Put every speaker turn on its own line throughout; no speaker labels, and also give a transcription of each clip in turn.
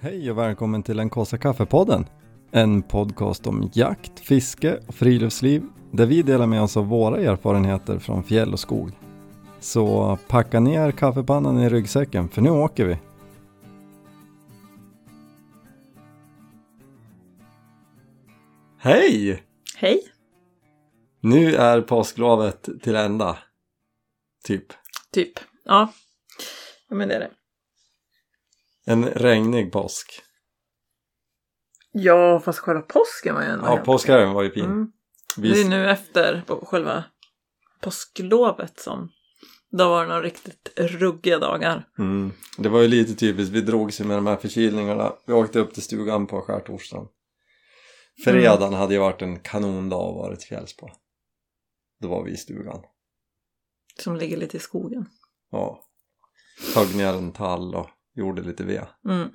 Hej och välkommen till den kaffe kaffepodden. En podcast om jakt, fiske och friluftsliv där vi delar med oss av våra erfarenheter från fjäll och skog. Så packa ner kaffepannan i ryggsäcken för nu åker vi. Hej!
Hej!
Nu är påsklovet till ända. Typ.
Typ. Ja. ja, men det är det.
En regnig påsk.
Ja, fast själva påsken var ju ändå
Ja,
helt okej.
påskhelgen var ju fin.
Mm. Det är
Vi
ju nu efter på själva påsklovet som då var det några riktigt ruggiga dagar.
Mm. Det var ju lite typiskt, vi drog sig med de här förkylningarna. Vi åkte upp till stugan på skärtorsdagen. Fredagen
Mm.
hade ju varit en kanondag att vara till fjälls på. Då var vi i stugan.
Som ligger lite i skogen.
Ja. Högg ner en tall och gjorde lite ved.
Mm.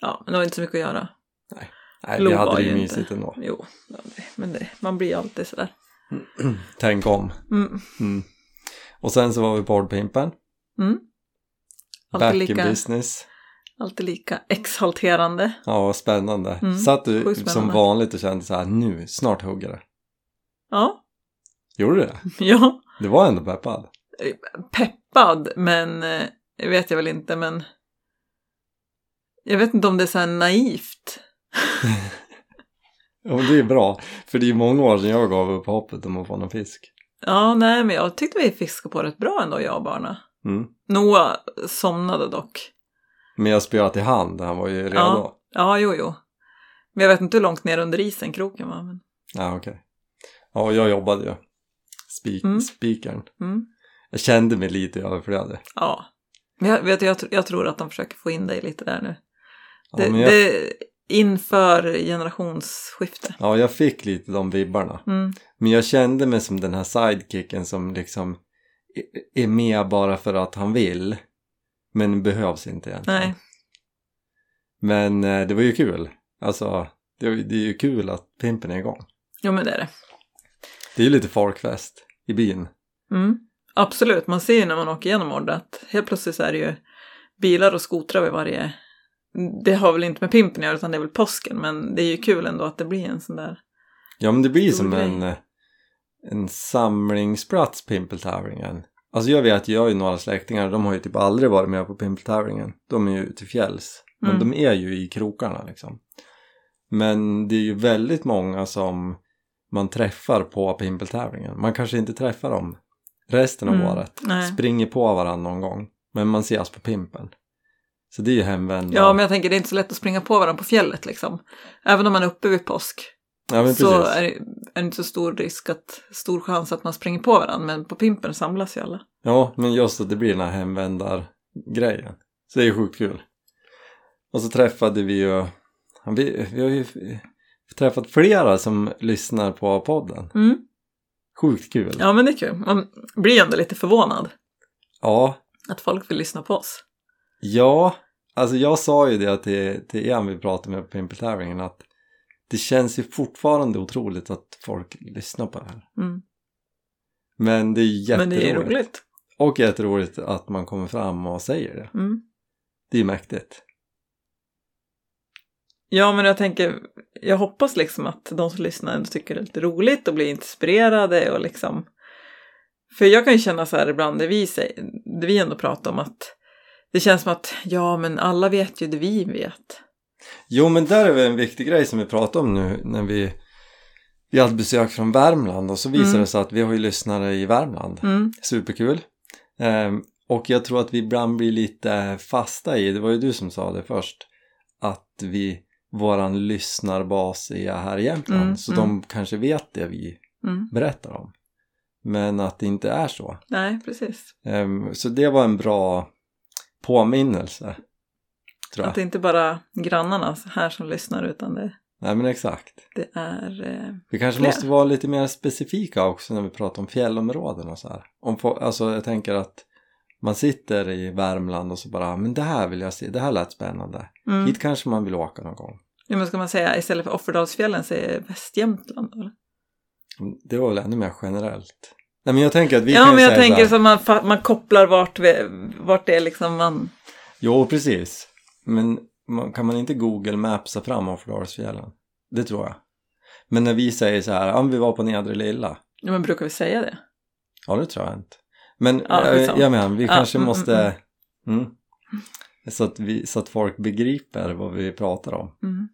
Ja, men det var inte så mycket att göra.
Nej, vi
Lo var
hade det
ju
ju
inte.
mysigt ändå.
Jo, det var det. men det, man blir ju alltid sådär.
Tänk om.
Mm.
Mm. Och sen så var vi på Ordpimpen.
Mm.
Back
Alltid
in
lika,
business.
alltid lika exalterande.
Ja, spännande.
Mm,
Satt du
sjukt
som
spännande.
vanligt och kände så här, nu, snart hugger det.
Ja,
Gjorde du det?
ja.
Du var ändå peppad.
peppad, men eh, vet jag väl inte, men jag vet inte om det är så här naivt.
Ja, men det är bra. För det är många år sedan jag gav upp hoppet om att få någon fisk.
Ja, nej, men jag tyckte vi fiskade på rätt bra ändå, jag och barnen.
Mm.
Noah somnade dock.
Men jag spöade till hand, han var ju redo. Ja,
Ja, jo, jo. Men jag vet inte hur långt ner under isen kroken var. Men...
ja okej. Ja, och jag jobbade ju. Spik-
Mm.
Spikaren.
Mm.
Jag kände mig lite överflödig.
Ja. Men jag, vet, du, jag, tr- jag tror att de försöker få in dig lite där nu.
Ja,
Det,
men jag,
det, inför generationsskifte.
ja, jag fick lite de vibbarna.
Mm.
Men jag kände mig som den här sidekicken som liksom i- är med bara för att han vill. Men behövs inte egentligen.
Nej.
Men eh, det var ju kul. Alltså, det, var ju- det är ju kul att pimpen är igång.
Jo, men det är det.
Det är ju lite folkfest i byn.
Mm, absolut, man ser ju när man åker igenom Ord att helt plötsligt så är det ju bilar och skotrar vid varje... Det har väl inte med pimpen att göra utan det är väl påsken men det är ju kul ändå att det blir en sån där...
Ja men det blir
Stor
som
grej.
en, eh, en samlingsplats pimpeltävlingen. Alltså jag vet, jag har ju några släktingar, de har ju typ aldrig varit med på pimpeltävlingen. De är ju ute i fjälls. Men
Mm.
de är ju i krokarna liksom. Men det är ju väldigt många som man träffar på pimpeltävlingen. Man kanske inte träffar dem resten av
Mm,
året.
nej.
Springer på varandra någon gång. Men man ses på pimpen. Så det är ju hemvända.
Ja, men jag tänker det är inte så lätt att springa på varandra på fjället liksom. Även om man är uppe vid påsk
ja, men
så
precis.
är det, är det inte så stor risk att... Stor chans att man springer på varandra men på pimpen samlas ju alla.
Ja, men just att det blir den här hemvändargrejen. Så det är ju sjukt kul. Och så träffade vi ju... Vi, vi har ju träffat flera som lyssnar på podden.
Mm.
Sjukt kul. Ja.
Ja, men det är kul. Man blir ju ändå lite förvånad
ja.
att folk vill lyssna på oss.
Alltså jag sa ju det till, till en vi pratade med på Pimpeltävlingen att det känns ju fortfarande otroligt att folk lyssnar på det här.
Mm.
Men det är ju jätteroligt.
Men det är ju roligt.
Och jätteroligt att man kommer fram och säger det.
Mm.
Det är ju mäktigt.
Ja, men jag tänker, jag hoppas liksom att de som lyssnar ändå tycker det är lite roligt och blir inspirerade och liksom... För jag kan ju känna så här ibland, det vi, säger, det vi ändå pratar om, att det känns som att ja, men alla vet ju det vi vet.
Jo men där är väl en viktig grej som vi pratade om nu när vi vi hade besök från Värmland och så visade
Mm.
det sig att vi har ju lyssnare i Värmland.
Mm,
Superkul! Ehm, och jag tror att vi ibland blir lite fasta i, det var ju du som sa det först, att vi, våran lyssnarbas är här i Jämtland
Mm,
så
mm.
de kanske vet det vi
mm,
berättar om. Men att det inte är så.
nej, precis.
Ehm, så det var en bra påminnelse. Tror
Att
jag.
det inte bara grannarna här som lyssnar, utan det,
Nej men exakt.
det är... Eh,
Vi kanske
Fler.
måste vara lite mer specifika också när vi pratar om fjällområden och så här. Om få, alltså jag tänker att man sitter i Värmland och så bara, "Ah, men det här vill jag se, det här lät spännande.
mm.
Hit kanske man vill åka någon gång.
Ja, men ska man säga istället för Offerdalsfjällen, säger Västjämtland? Eller?
Det var väl ännu mer generellt. Nej men jag tänker att vi
Ja,
kan ju
men jag
säga
tänker
så här,
så att man, fa- man kopplar vart, vi- vart det är liksom man...
Jo, precis. Men man, kan man inte Google Mapsa fram Offerdalsfjällen? Det tror jag. Men när vi säger så här, om vi var på Nedre Lilla.
Ja, men brukar vi säga det?
Ja, det tror jag inte. Men
Ja,
jag-
liksom.
jag menar, vi
Ja,
kanske
mm,
måste... Mm, så, att vi, så att folk begriper vad vi pratar om.
Mm.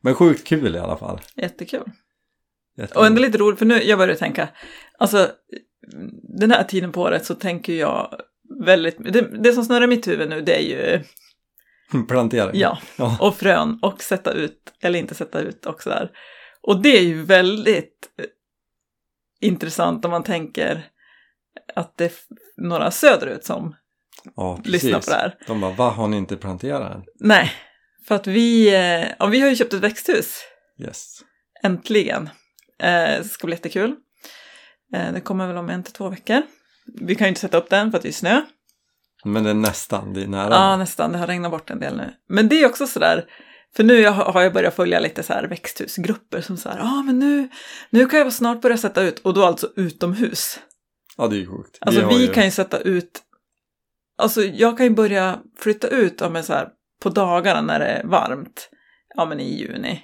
Men sjukt kul i alla fall.
Jättekul.
Jätte-
Och ändå lite roligt, för nu, jag börjar tänka, alltså den här tiden på året så tänker jag väldigt, det, det som snurrar i mitt huvud nu det är ju,
Plantering.
ja,
Ja.
och frön och sätta ut, eller inte sätta ut och sådär. Och det är ju väldigt eh, intressant om man tänker att det är f- några söderut som
ja precis.
lyssnar på det här.
De bara, vad har ni inte planterat än?
Nej, för att vi, eh, ja, vi har ju köpt ett växthus.
Yes.
Äntligen. Eh, det ska bli jättekul. Eh, det kommer väl om en till två veckor. Vi kan ju inte sätta upp den för att det är snö.
Men det är nästan, det är nära.
Ja, nästan. Det har regnat bort en del nu. Men det är också sådär, för nu jag har har jag börjat följa lite så här växthusgrupper som så här, ja ah, men nu, nu kan jag snart börja sätta ut, och då alltså utomhus.
Ja, det är ju sjukt.
Alltså
har
vi
ju-
kan ju sätta ut, alltså jag kan ju börja flytta ut ja, men så här, på dagarna när det är varmt, ja men i juni.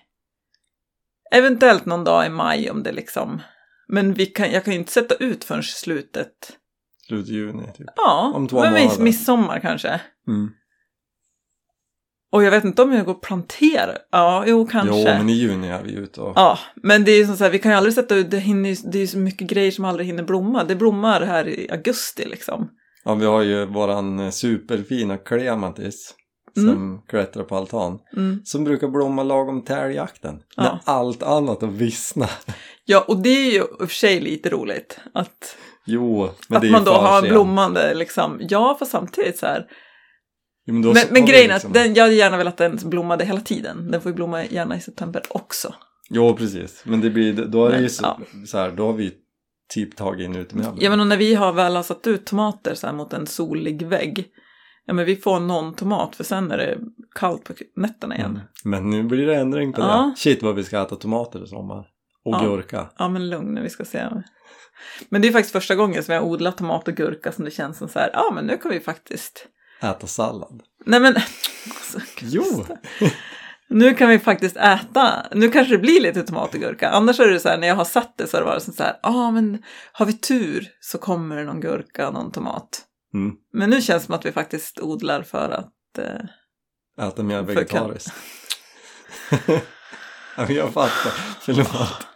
Eventuellt någon dag i maj om det liksom, men vi kan, jag kan ju inte sätta ut förrän slutet,
Slut i juni, typ.
ja,
Om två
men miss-
månader.
midsommar kanske.
Mm.
Och jag vet inte om jag går och planterar, ja jo kanske.
Jo, men i juni är vi ute och...
Ja, men det är ju som så här, vi kan ju aldrig sätta ut, det, hinner, ju- det är ju så mycket grejer som aldrig hinner blomma. Det blommar här i augusti liksom.
Ja, vi har ju våran eh, superfina klematis som klättrar på altan.
Mm.
Som brukar blomma lagom till älgjakten.
Ja.
När allt annat har vissnat.
Ja, och det är ju i och för sig lite roligt att,
Jo, men det är
att
ju
man då
för
har
sent.
blommande liksom. Ja, för samtidigt så här.
Jo, men då
Men,
har
men
vi
grejen är
liksom-
att den, jag hade gärna velat att den blommade hela tiden. Den får ju blomma gärna i september också.
Jo, precis. Men det blir, då är det ju
Men,
så,
ja.
så här, då har vi typ tagit in utemöbler.
Ja, men och när vi har väl har satt ut tomater så här mot en solig vägg. Ja, men vi får någon tomat för sen är det kallt på nätterna igen.
Mm. Men nu blir det ändring på
Ja.
det. Shit vad vi ska äta tomater i sommar. Och
Ja.
gurka.
Ja, men lugn, vi ska se. Men det är faktiskt första gången som jag har odlat tomat och gurka som det känns som så här, ja men nu kan vi faktiskt...
Äta sallad.
Nej men... Alltså,
Jo!
Nu kan vi faktiskt äta. Nu kanske det blir lite tomat och gurka. Annars är det så här, när jag har satt det så har det varit så här, ja ah, men har vi tur så kommer det någon gurka och någon tomat.
Mm.
Men nu känns det som att vi faktiskt odlar för att... Eh...
Äta mer
För
vegetariskt. ja, men jag fattar. Förlåt.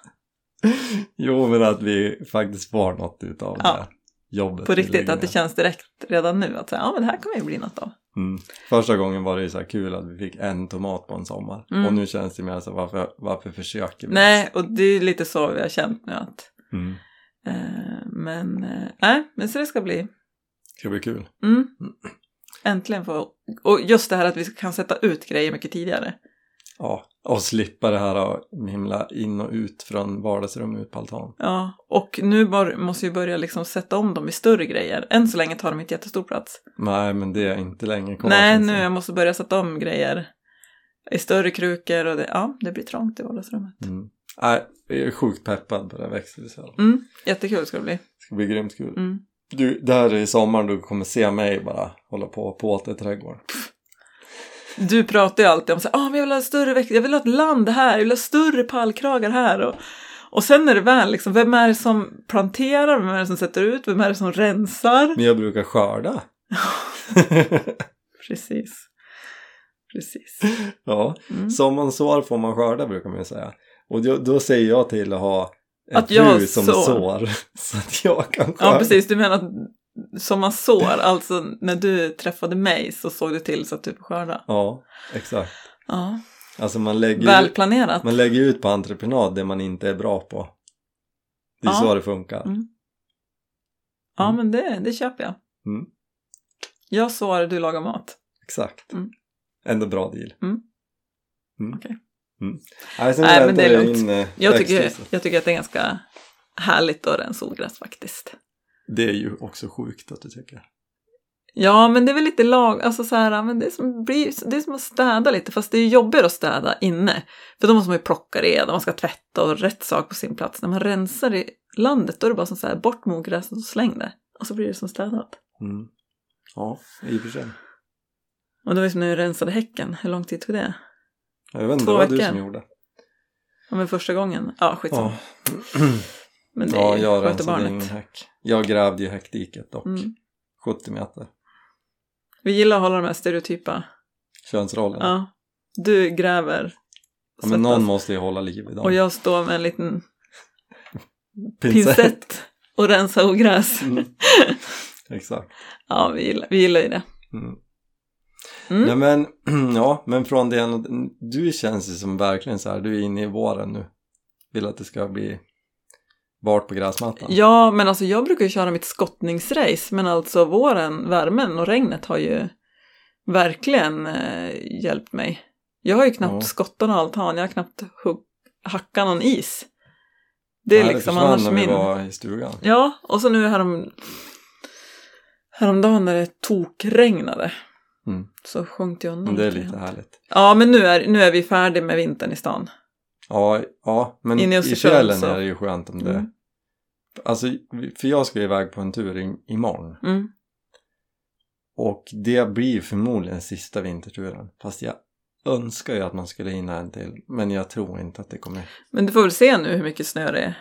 Jo, men att vi faktiskt får något utav
Ja.
det jobbet.
På
vi
riktigt,
lägger
att det
ner.
känns direkt redan nu att säga, ja men det här kommer ju bli något av.
Mm. Första gången var det ju så här kul att vi fick en tomat på en sommar.
Mm.
Och nu känns det mer så här, varför, varför försöker vi?
Nej, och det är lite så vi har känt nu att...
Mm.
Eh, men, eh, nej, men så det ska bli.
Det ska bli kul.
Mm. Äntligen få... Och just det här att vi kan sätta ut grejer mycket tidigare.
Ja, och slippa det här ah, himla in och ut från vardagsrum ut på altan.
Ja, och nu bör, måste vi börja liksom sätta om dem i större grejer. Än så länge tar de inte jättestor plats.
Nej, men det är inte länge kvar.
Nej,
känns
nu
det.
jag måste börja sätta om grejer i större krukor och det, ja, det blir trångt i vardagsrummet.
Mm. Nej, jag är sjukt peppad på det här växthuset. Det
Mm, jättekul ska det bli.
ska bli grymt kul.
Mm.
Du, där i sommaren du kommer se mig bara hålla på och påta i trädgården.
Du pratar ju alltid om så här, ah, men jag vill ha en större växt, jag vill ha ett land här, jag vill ha större pallkragar här. Och, och sen är det väl liksom, vem är det som planterar, vem är det som sätter ut, vem är det som rensar?
Men jag brukar skörda.
Precis. Precis.
ja,
Mm.
som man sår får man skörda brukar man ju säga. Och då, då säger jag till att ha ett
Att jag
hus som
sår.
sår. så att jag kan skörda.
Ja, precis. Du menar att som man sår, alltså när du träffade mig så såg du till så att du får skörda.
Ja, exakt.
Ja,
Alltså man lägger, ut,
välplanerat.
man lägger ut på entreprenad det man inte är bra på. Det är
Ja.
så det funkar.
Mm. Ja, men det, det köper jag.
Mm.
Jag sår, du lagar mat.
Exakt.
Mm.
Ändå bra deal.
Mm.
Mm.
Okej.
Mm. Nej, sen
Nej, men
väntar
det är
jag
lugnt.
in, eh,
Jag tycker,
växthuset.
jag tycker att det är ganska härligt att rensa ogräs faktiskt.
Det är ju också sjukt att du tycker.
Ja, men det är väl lite lag, alltså så här, men det är som, blir, det är som att städa lite, fast det är ju jobbigare att städa inne. För då måste man ju plocka reda, man ska tvätta och rätt sak på sin plats. När man rensar i landet då är det bara som så här, bort med ogräset och släng det. Och så blir det som städat.
Mm. Ja, i och för sig.
Och det var ju som när jag rensade häcken, hur lång tid tog det?
Jag vet inte,
Två
det var du
veckor. Liksom.
som gjorde.
Ja men första gången, ja skitsamma.
Ja,
Men det
ja
är ju
jag
sköta
rensade ingen
barnet.
häck. Jag grävde ju häckdiket dock.
Mm.
70 meter.
Vi gillar att hålla de här stereotypa.
Könsrollen. Ja,
Ja. Du gräver.
men någon
svettas.
måste ju hålla liv i dem.
Och jag står med en liten pincett och rensar ogräs.
Mm. Exakt.
Ja, vi gillar, vi gillar ju det.
Mm.
Mm.
Nej, men, ja, men från det ena- du känns ju som verkligen så här, du är inne i våren nu. Vill att det ska bli vart på gräsmattan.
Ja, men alltså jag brukar ju köra mitt skottningsrace, men alltså våren, värmen och regnet har ju verkligen eh, hjälpt mig. Jag har ju knappt
Ja.
skottat någon altan, jag har knappt hugg, hackat någon is. Det är
Nej,
liksom
försvann
annars
när vi
min...
var i stugan.
Ja, och så nu härom... häromdagen när det tokregnade
Mm.
så sjönk jag undan.
Men det är
lite
lite
grann.
härligt.
Ja, men nu är, nu är vi färdiga med vintern i stan.
Ja, ja men
Inne i
i
Östersund
fjällen
så.
är det ju skönt om det...
Mm.
Alltså, för jag ska ju iväg på en tur i, imorgon.
Mm.
Och det blir förmodligen sista vinterturen. Fast jag önskar ju att man skulle hinna en till. Men jag tror inte att det kommer...
Men du får väl se nu hur mycket snö det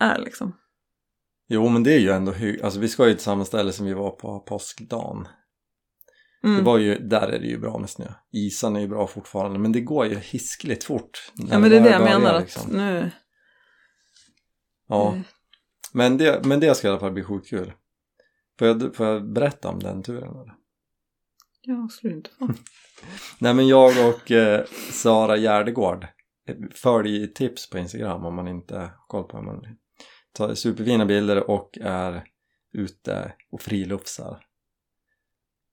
är liksom.
Jo, men det är ju ändå... Hy- alltså, vi ska ju till samma ställe som vi var på påskdagen.
Mm.
Det var ju, där är det ju bra med snö. Isarna är ju bra fortfarande, men det går ju hiskeligt fort. när
ja, men det är det
väl
jag
börjar,
menar att
liksom.
nu...
Ja,
eh,
men det, men det ska i alla fall bli sjukt kul. Får jag, får jag berätta om den turen? Eller?
Ja, skulle du inte få.
Nej, men jag och eh, Sara Gärdegård eh, följ tips på Instagram om man inte har koll på hur man tar superfina bilder och är ute och friluftsar.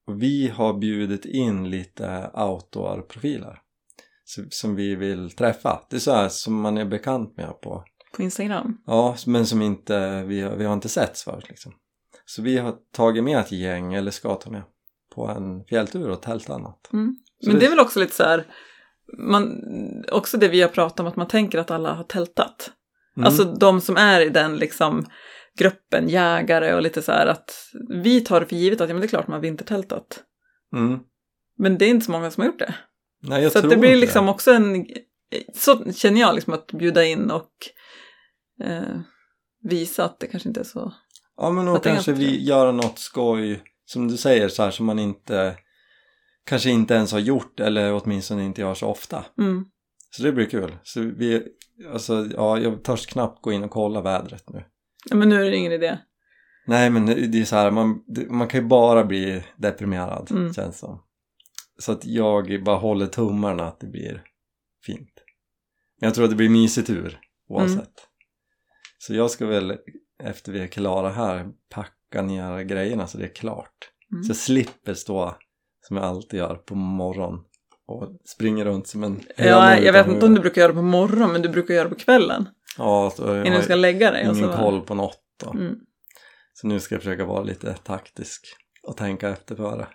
Och vi har bjudit in lite outdoor-profiler som- som vi vill träffa. Det är så här som man är bekant med på
På Instagram.
Ja, men som inte, vi, har- vi har inte setts förut liksom. Så vi har tagit med ett gäng, eller ska ta med, på en fjälltur och tälta natt.
Mm.
Så
Men det är väl också lite så här... Man, också det vi har pratat om, att man tänker att alla har tältat.
mm,
Alltså de som är i den liksom gruppen jägare och lite så här att vi tar det för givet att ja, men det är klart man har vintertältat.
mm.
Men det är inte så många som har gjort det.
Nej, jag
så
tror
att det blir
inte
liksom också en, så känner jag liksom att bjuda in och eh, visa att det kanske inte är så.
Ja, men
jag
och
tänker
kanske
att-
vi gör något skoj, som du säger, så här som man inte, kanske inte ens har gjort, eller åtminstone inte gör så ofta.
Mm.
Så det blir kul. Så vi, alltså, ja, jag törs knappt gå in och kolla vädret nu.
Ja, men nu är det ingen idé.
Nej men det det är så här, man, det- man kan ju bara bli deprimerad
Mm.
känns som. Så att jag bara håller tummarna att det blir fint. Men jag tror att det blir mysigt ur oavsett.
Mm.
Så jag ska väl efter vi är klara här packa ner grejerna så det är klart.
Mm.
Så jag slipper stå som jag alltid gör på morgonen och springer runt som en höna
Ja, jag
utan
vet inte om
huvud.
du brukar göra det på morgonen, men du brukar göra det på kvällen
Ja, så jag
innan du ska
har
lägga dig. alltså. och så
ingen
bara-
koll på något då.
Mm.
Så nu ska jag försöka vara lite taktisk och tänka efter före.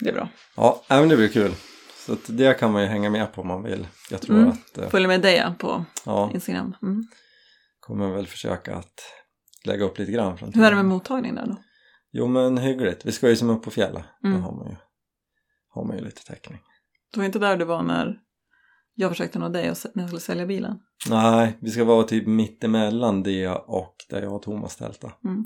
Det är bra.
Ja, nej, men det blir kul. Så att det kan man ju hänga med på om man vill. Jag tror
Mm.
att eh,
Följ med dig ja, på
ja,
Instagram. Mm.
kommer väl försöka att lägga upp lite grann från
Hur är det med
tiden.
mottagning där då?
Jo men hyggligt. Vi ska ju som upp på fjällen.
Mm.
Då har man, ju, har man ju lite täckning.
Det var inte där du var när jag försökte nå dig och s- när jag skulle sälja bilen.
Nej, vi ska vara typ mittemellan det och där jag och Thomas tälta.
Mm.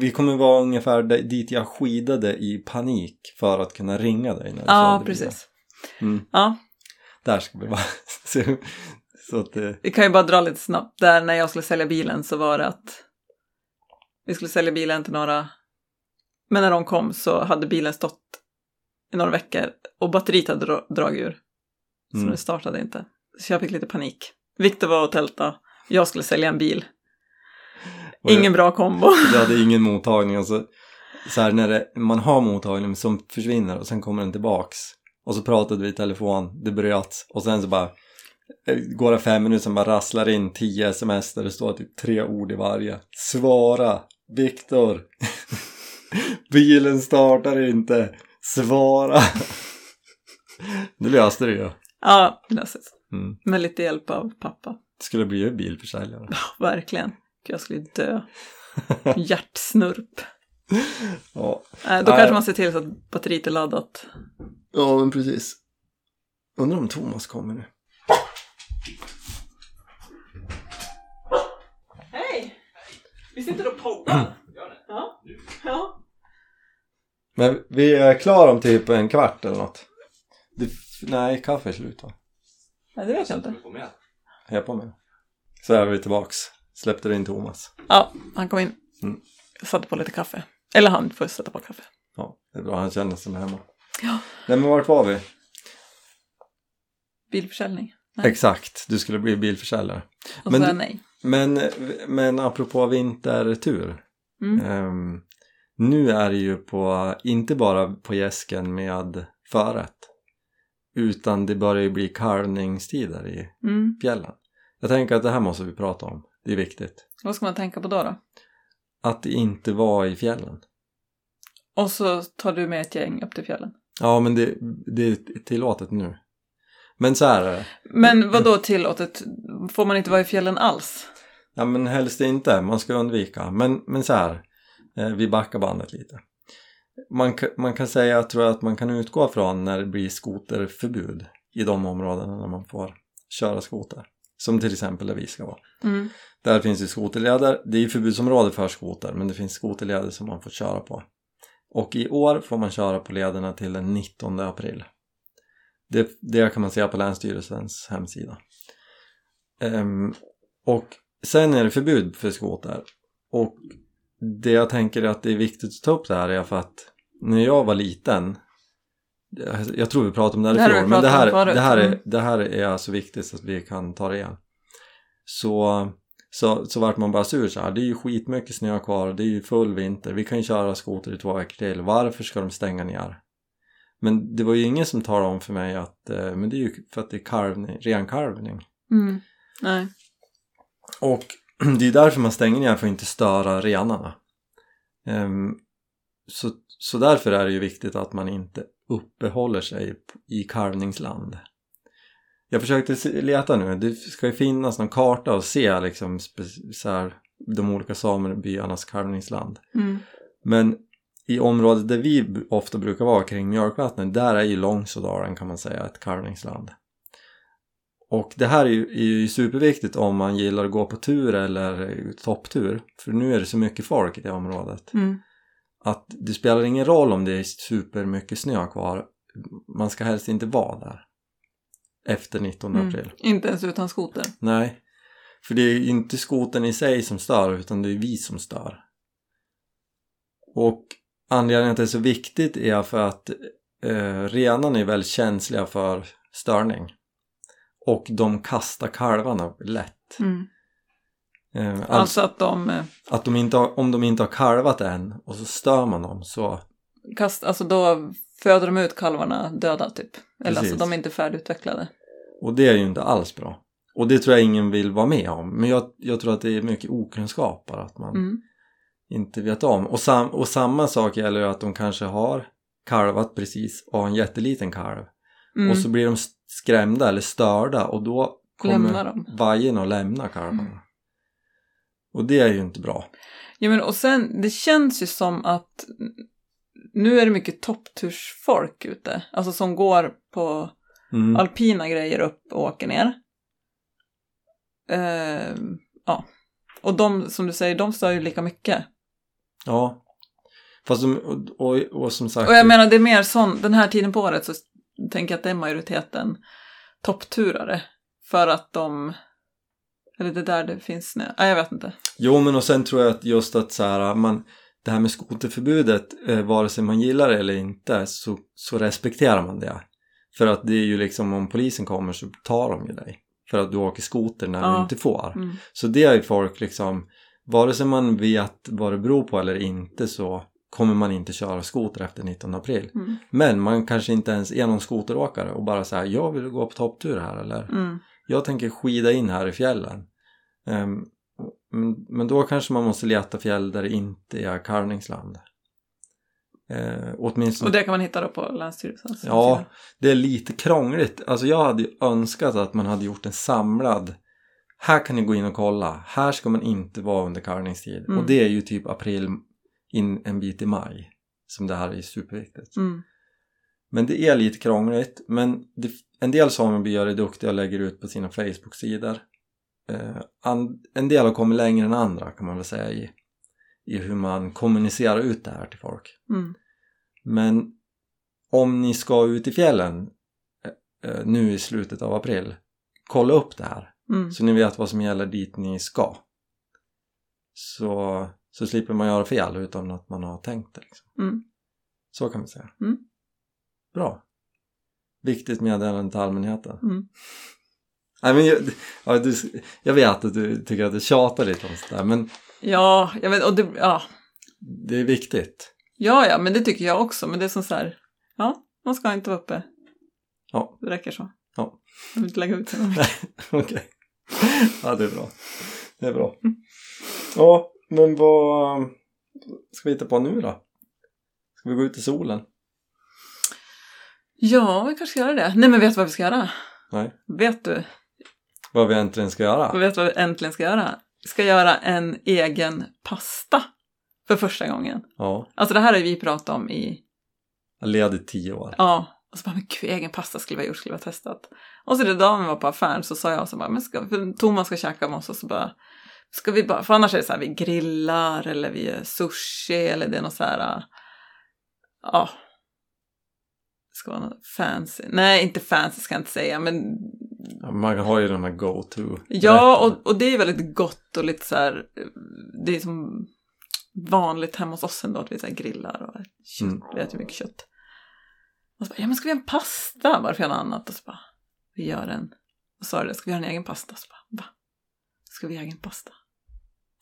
Vi kommer vara ungefär där, dit jag skidade i panik för att kunna ringa dig när du
Ja,
sålde bilen.
precis.
Mm.
Ja,
Där ska vi vara. så, så att eh, det...
vi kan ju bara dra lite snabbt. Där när jag skulle sälja bilen så var det att vi skulle sälja bilen till några. Men när de kom så hade bilen stått i några veckor och batteriet hade dra- dragit ur. Så
Mm.
den startade inte. Så jag fick lite panik. Viktor var och tälta. Jag skulle sälja en bil.
och jag-
Ingen bra kombo.
Jag hade ingen mottagning och så, så här när det, man har mottagning men som försvinner och sen kommer den tillbaks och så pratade vi i telefon, det bröts och sen så bara eh, går det fem minuter sen bara rasslar in tio sms där det står typ tre ord i varje. Svara! Viktor! Bilen startar inte! Svara! Nu löste det ju.
Ja, löstes.
Mm.
Med lite hjälp av pappa.
Det skulle bli ju bilförsäljare.
Verkligen. Gud, Jag skulle dö. Hjärtsnurp.
Ja.
Eh, Då
Nej.
kanske man ser till så att batteriet är laddat.
Ja, men precis. Undrar om Thomas kommer nu.
Hej! Vi sitter och poddar. Ja. ja.
Men vi är klara om typ en kvart eller något. Det, nej, kaffe är slut va?
Nej, det vet jag inte.
Heja på mig. Så är vi tillbaks. Släppte in Thomas.
Ja, han kom in.
Mm.
Satte på lite kaffe. Eller han får sätta på kaffe.
Ja, det är bra. Han känner sig hemma.
Ja.
Nej, men vart var vi?
Bilförsäljning. Nej.
Exakt, du skulle bli bilförsäljare.
Och
Men
så
du-
nej.
Men, men apropå vintertur.
Mm.
ehm, nu är det ju på, inte bara på gäsken med föret. Utan det börjar ju bli kalvningstider i
Mm.
fjällen. Jag tänker att det här måste vi prata om. Det är viktigt.
Vad ska man tänka på då, då?
Att inte vara i fjällen.
Och så tar du med ett gäng upp till fjällen.
Ja, men det, det är tillåtet nu. Men så här är det.
Men vad då tillåtet? Får man inte vara i fjällen alls?
Ja, men helst inte. Man ska undvika. Men, men så här. eh, Vi backar bandet lite. Man, ka- man kan säga, tror jag, att man kan utgå från när det blir skoterförbud i de områdena där man får köra skoter. Som till exempel där vi ska vara.
Mm.
Där finns ju skoterleder. Det är ju förbudsområde för skoter men det finns skoterleder som man får köra på. Och i år får man köra på lederna till den 19 april. Det, det kan man se på Länsstyrelsens hemsida. Ehm, och sen är det förbud för skoter. Och det jag tänker är att det är viktigt att ta upp det här är för att när jag var liten jag- jag tror vi pratade om det
Det
här
här
i
har
fjol,
vi
men det
pratat om
här,
förut.
det, här är,
Mm.
det här är alltså viktigt så att vi kan ta det igen. Så så, så vart man bara sur så här. Det är ju skitmycket snö kvar, det är ju full vinter, vi kan ju köra skoter i två veckor till. Varför ska de stänga ner? Men det var ju ingen som talade om för mig att eh, men det är ju för att det är karvning, renkarvning.
Mm. Nej.
Och det är därför man stänger ner för att inte störa renarna. Ehm, så, så därför är det ju viktigt att man inte uppehåller sig p- i kalvningsland. Jag försökte se- leta nu, det ska ju finnas någon karta och se liksom spe- så här, de olika samebyarnas kalvningsland.
Mm.
Men i området där vi b- ofta brukar vara kring mjölkvattnet, där är ju Långsådalen kan man säga ett kalvningsland. Och det här är ju, är ju superviktigt om man gillar att gå på tur eller eh, topptur, för nu är det så mycket folk i det området.
Mm.
Att det spelar ingen roll om det är supermycket snö kvar, man ska helst inte vara där efter 19
Mm.
april.
Inte ens utan skoter.
Nej, för det är ju inte skoten i sig som stör utan det är vi som stör. Och anledningen till att det är så viktigt är för att eh, renarna är väldigt känsliga för störning. Och de kastar kalvarna lätt.
Mm.
Eh, alltså,
Alltså att de, eh,
att de inte har, om de inte har kalvat än och så stör man dem så
kast, alltså då föder de ut kalvarna döda typ. Eller
Precis.
alltså de är inte färdigutvecklade.
Och det är ju inte alls bra. Och det tror jag ingen vill vara med om. Men jag, jag tror att det är mycket okunskap bara att man
Mm.
inte vet om. Och, sam, och samma sak gäller ju att de kanske har kalvat precis och har en jätteliten kalv.
Mm.
Och så blir de s- skrämda eller störda och då
Lämnar
kommer
dem.
vajen och lämnar kalvarna.
Mm.
Och det är ju inte bra.
Ja, men och sen, det känns ju som att nu är det mycket topptursfolk ute. Alltså som går på
Mm.
alpina grejer upp och åker ner. Ehm, ja. Och de, som du säger, de stör ju lika mycket.
Ja. Fast de, och, och, och som sagt...
Och jag menar, det är mer sån, den här tiden på året så tänker jag att det är majoriteten toppturare. För att de, eller det är där det finns snö. Nej, jag vet inte.
Jo men och sen tror jag att just att så här, man, det här med skoterförbudet, eh, vare sig man gillar det eller inte så, så respekterar man det. För att det är ju liksom om polisen kommer så tar de ju dig. För att du åker skoter när du
Ja.
inte får.
Mm.
Så det är ju folk liksom, vare sig man vet vad det beror på eller inte så kommer man inte köra skoter efter 19 april.
Mm.
Men man kanske inte ens är någon skoteråkare och bara så här, jag vill gå på topptur här eller
Mm.
jag tänker skida in här i fjällen. Ehm, men, men då kanske man måste leta fjäll där det inte är kalvningsland. Uh, åtminstone,
Och
det...
det kan man hitta då på Länsstyrelsen.
Ja. är lite krångligt. Alltså jag hade ju önskat att man hade gjort en samlad här kan ni gå in och kolla, här ska man inte vara under kalvningstid.
Mm.
Och det är ju typ april in en bit i maj. som det här är superviktigt.
Mm.
Men det är lite krångligt men det, en del samebyar är duktiga och lägger ut på sina Facebook-sidor. Eh, an, en del har kommit längre än andra kan man väl säga i, i hur man kommunicerar ut det här till folk.
Mm.
Men om ni ska ut i fjällen eh, eh, nu i slutet av april, kolla upp det här
Mm.
så ni vet vad som gäller dit ni ska. Så, så slipper man göra fel utan att man har tänkt det. Liksom.
Mm.
Så kan vi säga.
Mm.
Bra. Viktigt meddelande till allmänheten.
Mm.
Nej, men jag, ja, du, jag vet att du tycker att du tjatar lite om sådär men
Ja, jag vet, och det, ja.
det är viktigt.
ja, ja, men det tycker jag också. Men det är som så här, ja, man ska inte vara uppe.
Ja.
Det räcker så.
Ja.
Jag vill inte lägga ut det.
Okej. Ja, det är bra. Det är bra.
Mm.
Ja, men vad ska vi hitta på nu då? Ska vi gå ut i solen?
Ja, vi kanske ska göra det. Nej, men vet du vad vi ska göra?
Nej.
Vet du?
Vad vi äntligen ska göra?
Vet du vad vi äntligen ska göra? Ska göra en egen pasta för första gången.
Ja,
Alltså det här har ju vi pratat om i,
ledigt tio år.
ja, och så bara, men gud, egen pasta skulle vi ha gjort, skulle vi ha testat. Och så det dagen vi var på affären så sa jag så bara, men ska, för Thomas ska käka med oss och så bara, ska vi bara, för annars är det så här, vi grillar eller vi gör sushi eller det är något så här, äh, ja, det ska vara något fancy, nej inte fancy ska jag inte säga, men
Ja, Man har ju den här go-to.
Ja, och, och det är ju väldigt gott och lite så här, eh, det är som vanligt hemma hos oss ändå att vi så här grillar och kött,
Mm.
vi äter mycket kött. Och så bara, ja men ska vi göra en pasta? Varför göra något annat? Och så bara, vi gör en, och sa det, ska vi göra en egen pasta? Så bara, va? Ska vi göra egen pasta?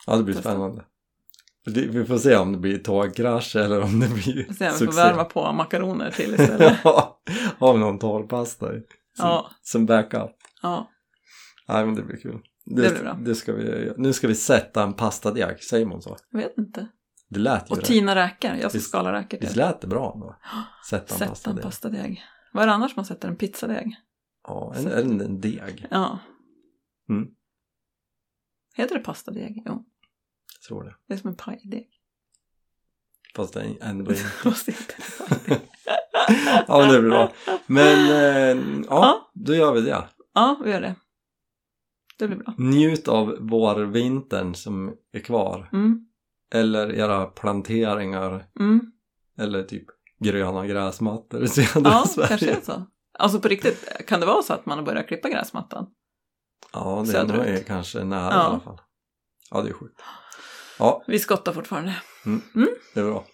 Ja, det blir spännande. Det- Vi får se om det blir tågkrasch eller om det blir
Och sen får vi
succé.
värma på makaroner till istället.
Ja, har vi någon torrpasta i? Som,
ja,
som backup.
ja,
Nej, men det blir kul. Det,
Det blir bra.
Det ska vi, nu ska vi sätta en pastadeg, säger man så?
jag vet inte.
Det lät ju
Och
rätt.
tina räkor, jag som
Visst-
skalar räkor
Visst
till.
lät det bra då? Sätta en
Sätta en
pastadeg.
pastadeg. Vad är det annars man sätter? En pizzadeg?
Ja, en, en, en deg,
Ja.
Mm.
Heter det pastadeg? Jo,
jag tror det.
det är som en pajdeg.
Fast det är ändå inte.
Fast det är inte en pajdeg.
Ja, men det är bra. Men eh, ja,
Ja.
då gör vi det.
Ja, vi gör det. Det blir bra.
Njut av vårvintern som är kvar.
Mm,
Eller era planteringar
mm.
eller typ gröna gräsmattor i södra
Ja,
Sverige.
kanske är det så. Alltså på riktigt, kan det vara så att man har börjat klippa gräsmattan?
Ja, det är
Söderut.
nog är kanske nära i
Ja.
alla fall. Ja, det är sjukt. Ja,
Vi skottar fortfarande.
det är bra.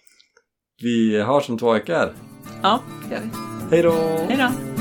Vi hörs om två veckor.
Ja, det gör vi.
Hej då!
Hej då!